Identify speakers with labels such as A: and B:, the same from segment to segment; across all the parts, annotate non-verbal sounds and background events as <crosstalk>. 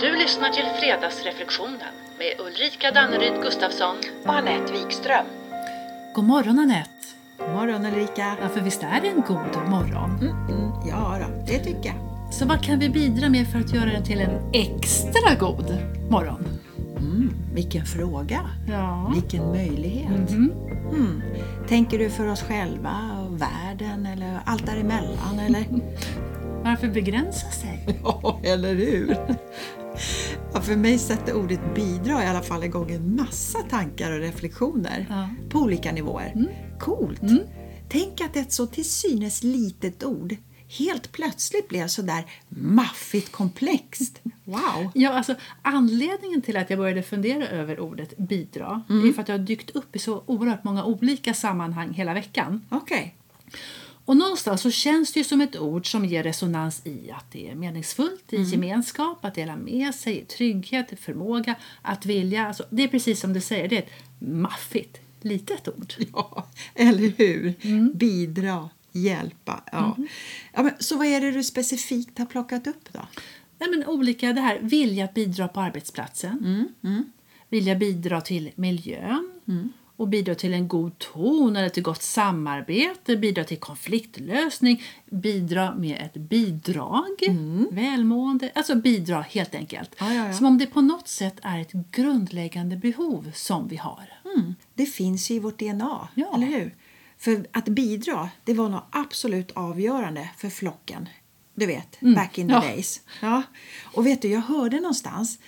A: Du lyssnar till Fredagsreflektionen med Ulrika Danneryd Gustafsson.
B: och Anette Wikström.
A: God morgon Anette!
B: God morgon Ulrika.
A: Ja, för visst är det en god morgon?
B: Mm, ja då, det tycker jag.
A: Så vad kan vi bidra med för att göra den till en extra god morgon?
B: Mm, vilken fråga.
A: Ja.
B: Vilken möjlighet.
A: Mhm.
B: Mm. Tänker du för oss själva och världen eller allt däremellan eller?
A: Varför begränsa sig?
B: <laughs> ja, eller hur? <laughs> Ja, för mig sätter ordet bidra i alla fall igång en massa tankar och reflektioner.
A: Ja.
B: På olika nivåer. Coolt! Tänk att ett så till synes litet ord helt plötsligt blev sådär maffigt komplext. <laughs> Wow!
A: Ja, alltså, anledningen till att jag började fundera över ordet bidra är för att det har dykt upp i så oerhört många olika sammanhang hela veckan.
B: Okej. <laughs>
A: Och någonstans så känns det ju som ett ord som ger resonans i att det är meningsfullt, i gemenskap, att dela med sig, i trygghet, i förmåga, att vilja. Alltså, det är precis som du säger, det är ett maffigt litet ord.
B: Ja, eller hur?
A: Mm.
B: Bidra, hjälpa. Ja.
A: Mm-hmm.
B: Ja, men, så vad är det du specifikt har plockat upp då?
A: Nej, men olika det här, vilja att bidra på arbetsplatsen,
B: Mm,
A: vilja bidra till miljön
B: Mm.
A: och bidra till en god ton eller till gott samarbete, bidra till konfliktlösning, bidra med ett bidrag, välmående, alltså bidra helt enkelt.
B: Mm. Ja, ja, ja.
A: Som om det på något sätt är ett grundläggande behov som vi har.
B: Mm. Det finns ju i vårt DNA,
A: Ja.
B: eller hur? För att bidra, det var nog absolut avgörande för flocken. Du vet, back in the
A: Mm. Ja.
B: days. Ja. Och vet du, jag hörde någonstans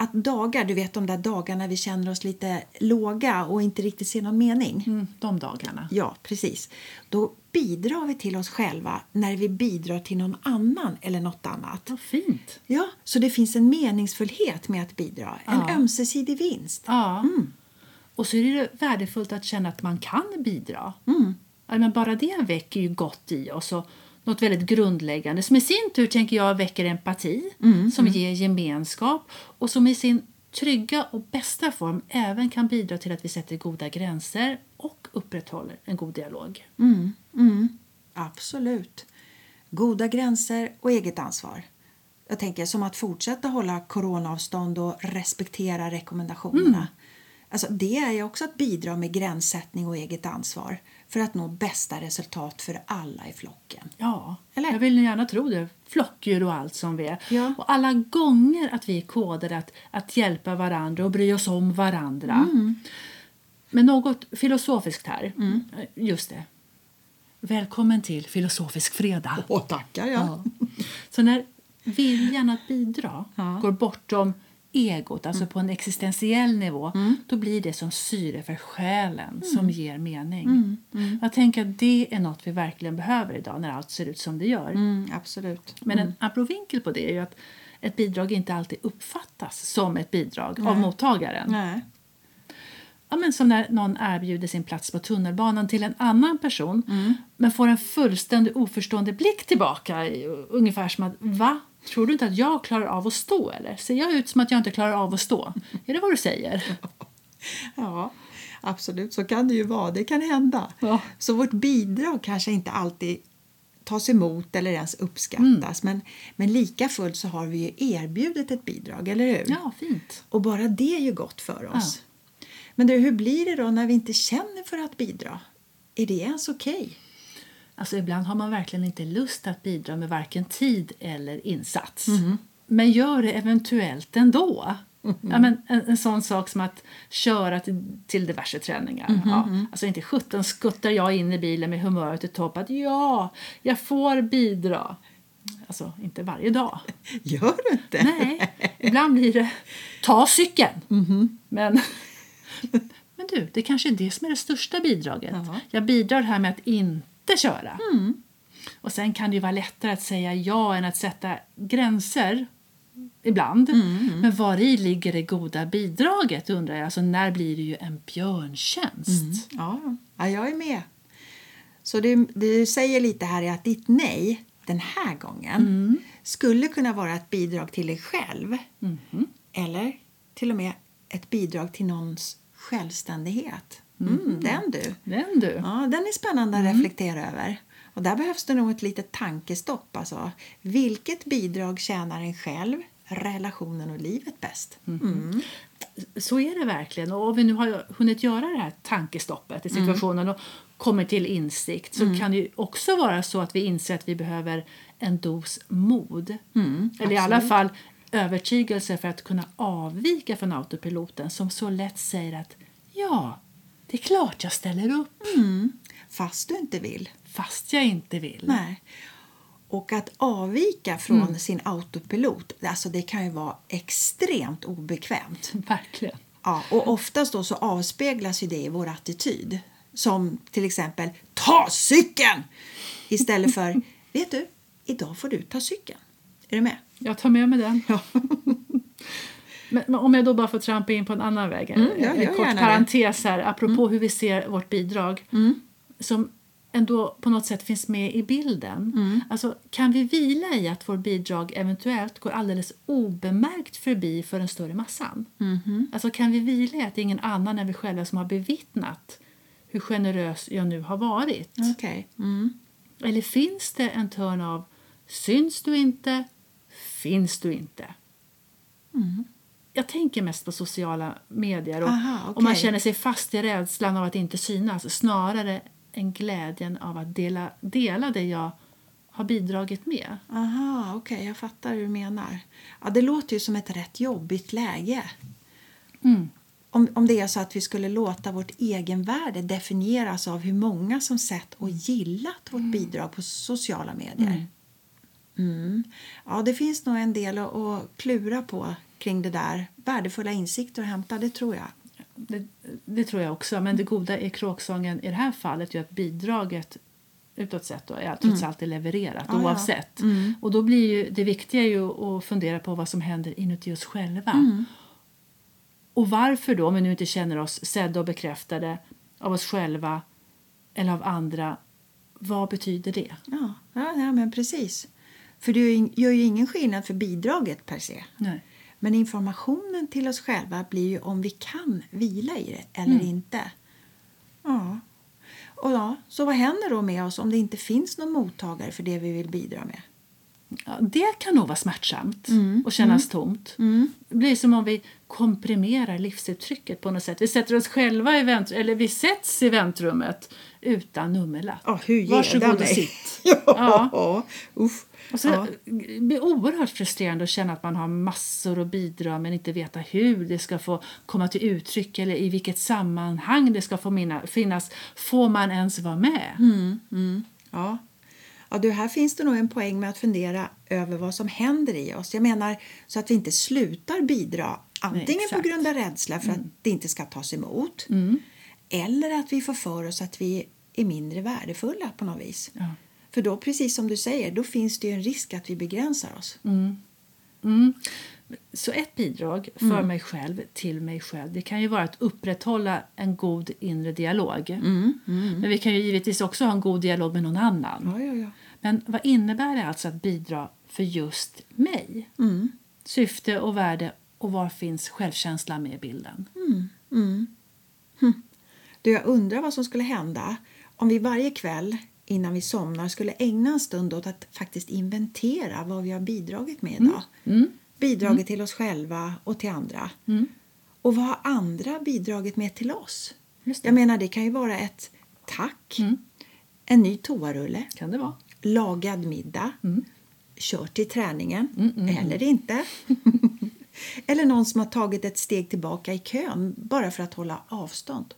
B: att dagar, du vet de där dagarna vi känner oss lite låga och inte riktigt ser någon mening.
A: Mm, de dagarna.
B: Ja, precis. Då bidrar vi till oss själva när vi bidrar till någon annan eller något annat.
A: Vad fint!
B: Ja, så det finns en meningsfullhet med att bidra. En
A: Ja.
B: ömsesidig vinst.
A: Ja. Mm. Och så är det ju värdefullt att känna att man kan bidra. Ja, men bara det väcker ju gott i oss och något väldigt grundläggande som i sin tur tänker jag väcker empati, som ger gemenskap och som i sin trygga och bästa form även kan bidra till att vi sätter goda gränser och upprätthåller en god dialog.
B: Absolut. Goda gränser och eget ansvar. Jag tänker som att fortsätta hålla coronaavstånd och respektera rekommendationerna. Alltså, det är ju också att bidra med gränssättning och eget ansvar för att nå bästa resultat för alla i flocken.
A: Ja,
B: Eller?
A: jag vill nu gärna tro det. Flockdjur och allt som vi är.
B: Ja.
A: Och alla gånger att vi är kodade att, att hjälpa varandra och bry oss om varandra.
B: Mm.
A: Men något filosofiskt här. Just det. Välkommen till Filosofisk fredag.
B: Åh, tackar
A: Ja. Så när viljan att bidra
B: Ja. Mm.
A: går bortom egot, alltså på en existentiell nivå, då blir det som syre för själen
B: Mm.
A: som ger mening. Jag tänker att det är något vi verkligen behöver idag när allt ser ut som det gör.
B: Mm, absolut.
A: Men en abrovinkel på det är ju att ett bidrag inte alltid uppfattas som ett bidrag av mottagaren.
B: Nej.
A: Ja, men som när någon erbjuder sin plats på tunnelbanan till en annan person
B: Mm.
A: men får en fullständig oförstående blick tillbaka. i- Ungefär som att va? Tror du inte att jag klarar av att stå eller? Ser jag ut som att jag inte klarar av att stå? Är det vad du säger?
B: <laughs> Ja, absolut. Så kan det ju vara. Det kan hända.
A: Ja.
B: Så vårt bidrag kanske inte alltid tas emot eller ens
A: Mm.
B: uppskattas. Men, men lika fullt så har vi ju erbjudit ett bidrag, eller hur?
A: Ja, fint.
B: Och bara det är ju gott för oss. Men du, hur blir det då när vi inte känner för att bidra? Är det ens okej?
A: Alltså ibland har man verkligen inte lust att bidra med varken tid eller insats. Men gör det eventuellt ändå. Ja, men en, en sån sak som att köra till, till diverse träningar. Ja. Alltså inte sjutton skuttar jag in i bilen med humöret i topp att ja, jag får bidra. Alltså inte varje dag.
B: Gör du inte?
A: Nej, ibland blir det ta cykeln. Men, men du, det kanske är det som är det största bidraget.
B: Ja.
A: Jag bidrar här med att inte köra. Och sen kan det ju vara lättare att säga ja än att sätta gränser ibland. Men var i ligger det goda bidraget undrar jag. Alltså när blir det ju en björntjänst?
B: Ja, ja jag är med. Så det du säger lite här är att ditt nej den här gången skulle kunna vara ett bidrag till dig själv. Mm-hmm. Eller till och med ett bidrag till någons självständighet. Mm, Den du!
A: Den du.
B: Ja, Mm. den är spännande att reflektera över. Och där behövs det nog ett litet tankestopp. Alltså. Vilket bidrag tjänar en själv, relationen och livet bäst.
A: Så är det verkligen. Och om vi nu har hunnit göra det här tankestoppet i situationen och kommer till insikt så kan det ju också vara så att vi inser att vi behöver en dos mod. Eller i alla fall övertygelse för att kunna avvika från autopiloten som så lätt säger att ja, det är klart jag ställer upp
B: Fast du inte vill.
A: fast jag inte vill.
B: Nej. Mm. Och att avvika från sin autopilot, alltså det kan ju vara extremt obekvämt.
A: <laughs> Verkligen.
B: Ja, och oftast då så avspeglas ju det i vår attityd. Som till exempel ta cykeln! Istället <laughs> för vet du, idag får du ta cykeln. Är du med?
A: Jag tar med mig den. <laughs> Men, men om jag då bara får trampa in på en annan väg.
B: Mm, ja,
A: en
B: gör
A: kort
B: gärna det. Mm.
A: parentes här, apropå hur vi ser vårt bidrag. Som ändå på något sätt finns med i bilden.
B: Mm.
A: Alltså, kan vi vila i att vårt bidrag eventuellt går alldeles obemärkt förbi för den större massan?
B: Mm-hmm.
A: Alltså, kan vi vila i att det är ingen annan än vi själva som har bevittnat hur generös jag nu har varit?
B: Okej. Mm.
A: Eller finns det en törn av syns du inte, finns du inte?
B: Mm.
A: Jag tänker mest på sociala medier och,
B: Aha,
A: och man
B: okej.
A: känner sig fast i rädslan av att inte synas snarare än glädjen av att dela, dela det jag har bidragit med.
B: Aha, okej, jag fattar hur du menar. Ja, det låter ju som ett rätt jobbigt läge. Om, om det är så att vi skulle låta vårt egenvärde definieras av hur många som sett och gillat vårt bidrag på sociala medier. Mm. Ja, det finns nog en del att, att klura på kring det där. Värdefulla insikter att hämta, det tror jag.
A: Det, det tror jag också, men det goda i kråksången i det här fallet är att bidraget utåt sett då, är trots allt är levererat
B: Ja, ja.
A: oavsett. Och då blir ju det viktiga ju att fundera på vad som händer inuti oss själva. Och varför då, om vi nu inte känner oss sedda och bekräftade av oss själva eller av andra, vad betyder det?
B: Ja, ja, ja men precis. För det gör ju- gör ju ingen skillnad för bidraget per se.
A: Nej.
B: Men informationen till oss själva blir ju om vi kan vila i det
A: Mm.
B: eller inte. Ja. Och ja, så vad händer då med oss om det inte finns någon mottagare för det vi vill bidra med?
A: Ja, det kan nog vara smärtsamt
B: Mm.
A: och kännas tomt. Det blir som om vi komprimerar livsuttrycket på något sätt. Vi sätter oss själva i vänt, eller vi sätts i väntrummet utan nummerlapp.
B: Ja, hur ger
A: Varsågod
B: det
A: och
B: mig?
A: sitt.
B: <laughs> ja. Uff.
A: Och så
B: ja.
A: Det blir oerhört frustrerande att känna att man har massor att bidra men inte veta hur det ska få komma till uttryck eller i vilket sammanhang det ska få mina, finnas. Får man ens vara med?
B: Ja. Ja, du, här finns det nog en poäng med att fundera över vad som händer i oss. Jag menar så att vi inte slutar bidra antingen på
A: exakt. Mm.
B: grund av rädsla för att det inte ska tas emot eller att vi får för oss att vi är mindre värdefulla på något vis.
A: Ja.
B: För då, precis som du säger, då finns det ju en risk att vi begränsar oss.
A: Mm. Så ett bidrag för mig själv till mig själv det kan ju vara att upprätthålla en god inre dialog. Men vi kan ju givetvis också ha en god dialog med någon annan.
B: Ja, ja, ja.
A: Men vad innebär det alltså att bidra för just mig? Syfte och värde och var finns självkänslan med i bilden?
B: Du, jag undrar vad som skulle hända om vi varje kväll innan vi somnar skulle ägna en stund åt att faktiskt inventera vad vi har bidragit med
A: Mm.
B: idag. Bidragit till oss själva och till andra.
A: Mm.
B: Och vad har andra bidragit med till oss?
A: Just det. Mm.
B: Jag menar, det kan ju vara ett tack, en ny toarulle,
A: Kan det vara?
B: lagad middag,
A: Mm.
B: kör till träningen
A: <laughs>
B: eller inte. eller någon som har tagit ett steg tillbaka i kön bara för att hålla avstånd.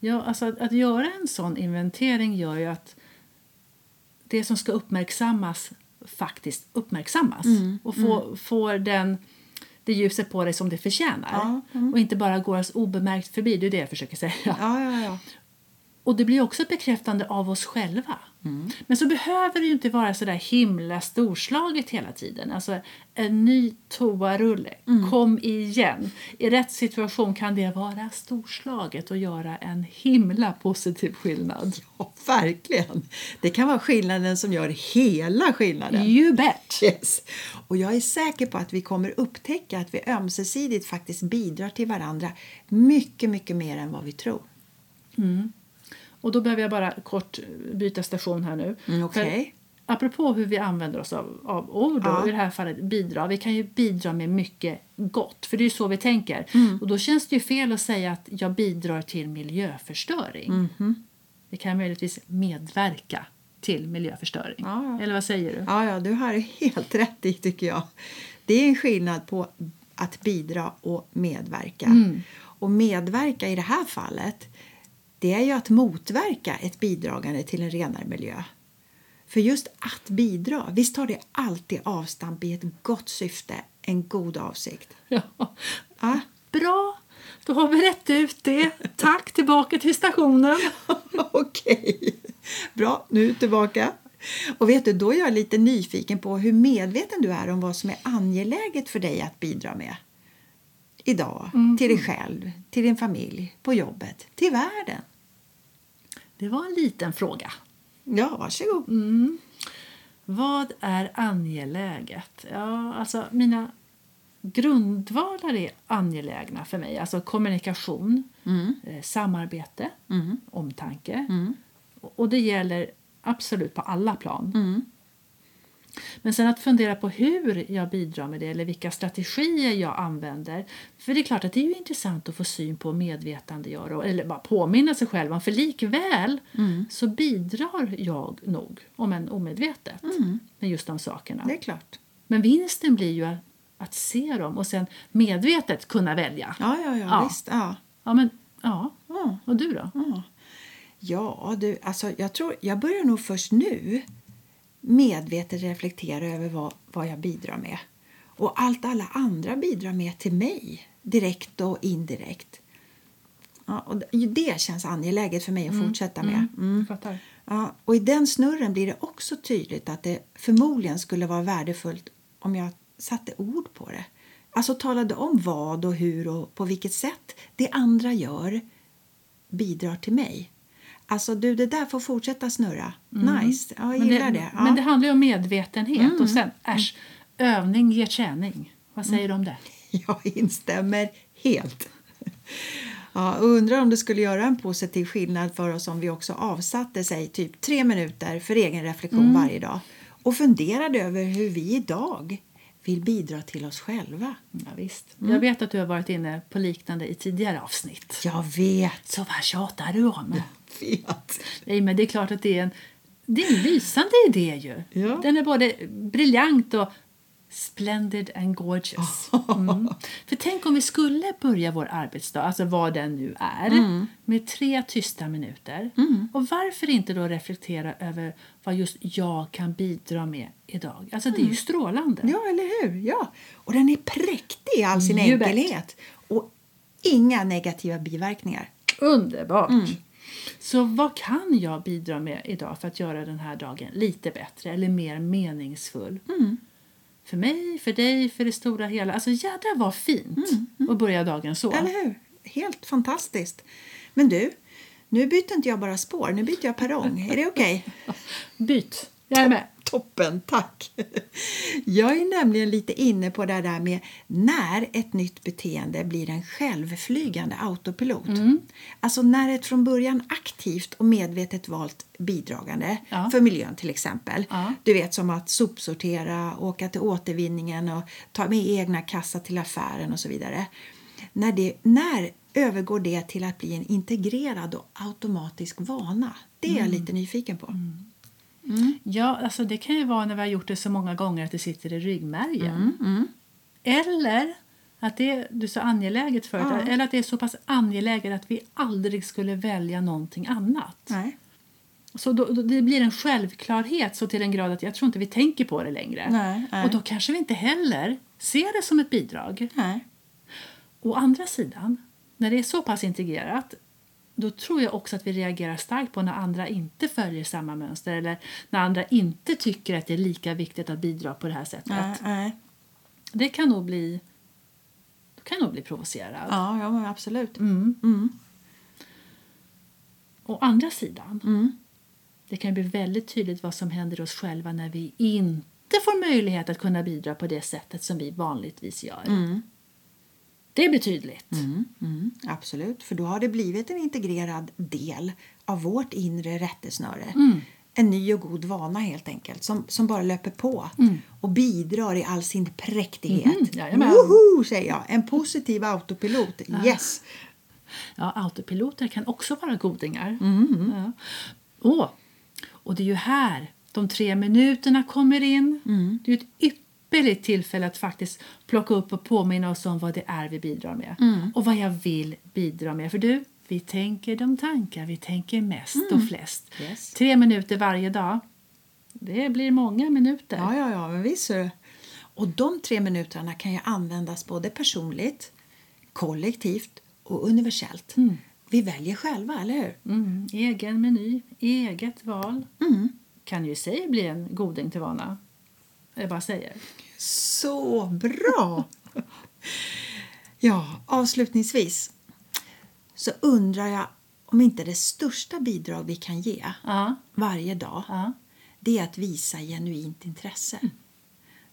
A: Ja, alltså att, att göra en sån inventering gör ju att det som ska uppmärksammas faktiskt uppmärksammas och få, får den, det ljuset på dig som det förtjänar
B: Ja,
A: och inte bara går oss obemärkt förbi. Det är det jag försöker säga.
B: Ja, ja, ja.
A: Och det blir också ett bekräftande av oss själva. Men så behöver det ju inte vara så där himla storslaget hela tiden. Alltså en ny toarulle, kom igen. I rätt situation kan det vara storslaget och göra en himla positiv skillnad.
B: <laughs> Ja, verkligen. Det kan vara skillnaden som gör hela skillnaden.
A: You bet!
B: Yes. Och jag är säker på att vi kommer upptäcka att vi ömsesidigt faktiskt bidrar till varandra mycket, mycket mer än vad vi tror.
A: Och då behöver jag bara kort byta station här nu.
B: Mm, okej.
A: För apropå hur vi använder oss av, av ord och
B: Ja.
A: i det här fallet bidra. Vi kan ju bidra med mycket gott, för det är ju så vi tänker.
B: Mm.
A: Och då känns det ju fel att säga att jag bidrar till miljöförstöring.
B: Mm-hmm.
A: Vi kan möjligtvis medverka till miljöförstöring.
B: Ja, ja.
A: Eller vad säger du?
B: Ja, ja, du har helt <laughs> rätt i tycker jag. Det är en skillnad på att bidra och medverka. Och medverka i det här fallet, det är ju att motverka ett bidragande till en renare miljö. För just att bidra, visst har det alltid avstamp i ett gott syfte, en god avsikt?
A: Ja.
B: Ja.
A: <laughs> Bra, då har vi rätt ut det. Tack, tillbaka till
B: <laughs>
A: stationen.
B: Okej, bra. Nu tillbaka. Och vet du, då är jag lite nyfiken på hur medveten du är om vad som är angeläget för dig att bidra med. Idag, till dig själv, till din familj, på jobbet, till världen.
A: Det var en liten fråga.
B: Ja, varsågod.
A: Vad är angeläget? Ja, alltså mina grundvalar är angelägna för mig. Alltså kommunikation, eh, samarbete, omtanke. Och och det gäller absolut på alla plan. Men sen att fundera på hur jag bidrar med det eller vilka strategier jag använder. För det är klart att det är ju intressant att få syn på medvetandegöra och- eller bara påminna sig själv om för likväl så bidrar jag nog, om än omedvetet, med just de sakerna.
B: Det är klart.
A: Men vinsten blir ju att, att se dem och sen medvetet kunna välja.
B: Ja, Mm. ja, ja,
A: Ja.
B: visst. Ja.
A: Ja, men, ja.
B: Ja.
A: Och du då?
B: Ja. Ja, du, alltså jag, tror, jag börjar nog först nu medvetet reflektera över vad, vad jag bidrar med och allt alla andra bidrar med till mig, direkt och indirekt. Ja, och det- det känns angeläget för mig att fortsätta med. Mm.
A: Fattar.
B: Ja, och I den snurren blir det också tydligt att det förmodligen skulle vara värdefullt om jag satte ord på det. Alltså talade om vad och hur och på vilket sätt det andra gör bidrar till mig. Alltså du, det där får fortsätta snurra. Nice, ja, jag
A: Mm. Men
B: gillar det.
A: det,
B: ja. Mm.
A: men det handlar ju om medvetenhet. Och sen, äsch, övning ger träning. Vad säger du om det?
B: <laughs> Jag instämmer helt. Ja, och undrar om det skulle göra en positiv skillnad för oss om vi också avsatte sig typ tre minuter för egen reflektion varje dag och funderade över hur vi idag vill bidra till oss själva.
A: Ja, visst.
B: Mm.
A: Jag vet att du har varit inne på liknande i tidigare avsnitt.
B: Jag vet,
A: Så vad tjatar du om?
B: vet.
A: Nej, men det är klart att det är en, det är en lysande idé ju.
B: Ja.
A: Den är både briljant och splendid and gorgeous. Mm. För tänk om vi skulle börja vår arbetsdag, alltså vad den nu är, med tre tysta minuter. Och varför inte då reflektera över vad just jag kan bidra med idag? Alltså det är ju strålande.
B: Ja, eller hur? Ja. Och den är präktig i all sin
A: Ljubert.
B: enkelhet och inga negativa biverkningar.
A: Underbart! Så vad kan jag bidra med idag för att göra den här dagen lite bättre eller mer meningsfull? För mig, för dig, för det stora hela. Alltså jädra vad fint att börja dagen så.
B: Eller hur? Helt fantastiskt. Men du, nu byter inte jag bara spår, nu byter jag perrong. Är det okej?
A: Byt! Jag är med!
B: Toppen, tack! Jag är nämligen lite inne på det där med när ett nytt beteende blir en självflygande autopilot.
A: Mm.
B: Alltså när ett från början aktivt och medvetet valt bidragande
A: Ja.
B: för miljön till exempel.
A: Ja.
B: Du vet som att sopsortera, åka till återvinningen och ta med egna kassar till affären och så vidare. När, det, när övergår det till att bli en integrerad och automatisk vana? Det är jag
A: Mm.
B: lite nyfiken på.
A: Ja, alltså det kan ju vara när vi har gjort det så många gånger att det sitter i ryggmärgen. Eller att det är du sa angeläget förut,
B: Ja.
A: eller att det är så pass angeläget att vi aldrig skulle välja någonting annat.
B: Nej.
A: Så då, då, det blir en självklarhet så till en grad att jag tror inte vi tänker på det längre.
B: Nej, nej.
A: Och då kanske vi inte heller ser det som ett bidrag.
B: Nej.
A: Å andra sidan, när det är så pass integrerat då tror jag också att vi reagerar starkt på när andra inte följer samma mönster eller när andra inte tycker att det är lika viktigt att bidra på det här sättet.
B: Nej, nej.
A: Det kan nog bli, då kan jag nog bli provocerad.
B: Ja, ja men absolut.
A: Å andra sidan, det kan bli väldigt tydligt vad som händer oss själva när vi inte får möjlighet att kunna bidra på det sättet som vi vanligtvis gör. Det blir tydligt.
B: Mm, absolut, för då har det blivit en integrerad del av vårt inre rättesnöre. en ny och god vana helt enkelt som, som bara löper på och bidrar i all sin präktighet.
A: jajamän.
B: Woho, säger jag. En positiv autopilot. Yes!
A: Ja, autopiloter kan också vara godingar.
B: Mm.
A: Ja. Åh, och det är ju här de tre minuterna kommer in.
B: Mm.
A: Det är ju ett ypperligt tillfälle att faktiskt plocka upp och påminna oss om vad det är vi bidrar med
B: Mm.
A: och vad jag vill bidra med. För du, vi tänker de tankar vi tänker mest och flest.
B: Mm. Yes.
A: Tre minuter varje dag. Det blir många minuter.
B: Ja, ja, ja, men visst är det. Och de tre minuterna kan ju användas både personligt, kollektivt och universellt. Vi väljer själva, eller hur?
A: Mm, egen meny, eget val.
B: Mm.
A: Kan ju i sig bli en goding till vana. Jag bara säger.
B: Så bra! ja, avslutningsvis så undrar jag om inte det största bidrag vi kan ge
A: Ja.
B: varje dag
A: Ja. Mm.
B: det är att visa genuint intresse.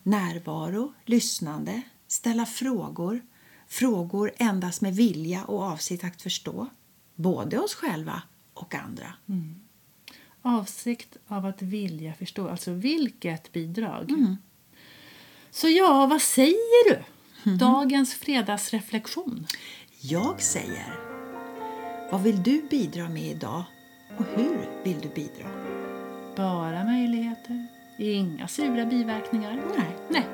B: Närvaro, lyssnande, ställa frågor. Frågor endast med vilja och avsikt att förstå. Både oss själva och andra.
A: Mm. Avsikt av att vilja förstå, alltså vilket bidrag. Så ja, vad säger du? Dagens fredagsreflektion.
B: Jag säger, vad vill du bidra med idag och hur vill du bidra?
A: Bara möjligheter, inga sura biverkningar.
B: Nej.
A: Nej.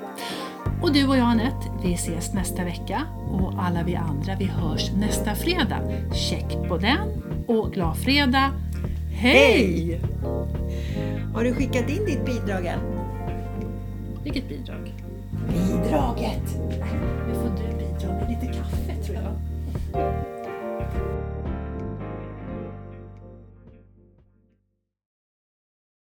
A: Och du och jag Anette, vi ses nästa vecka. Och alla vi andra, vi hörs nästa fredag. Check på den och glad fredag. Hej!
B: Har du skickat in ditt bidrag än?
A: Vilket bidrag?
B: Bidraget!
A: Nu får du bidra med lite kaffe tror jag.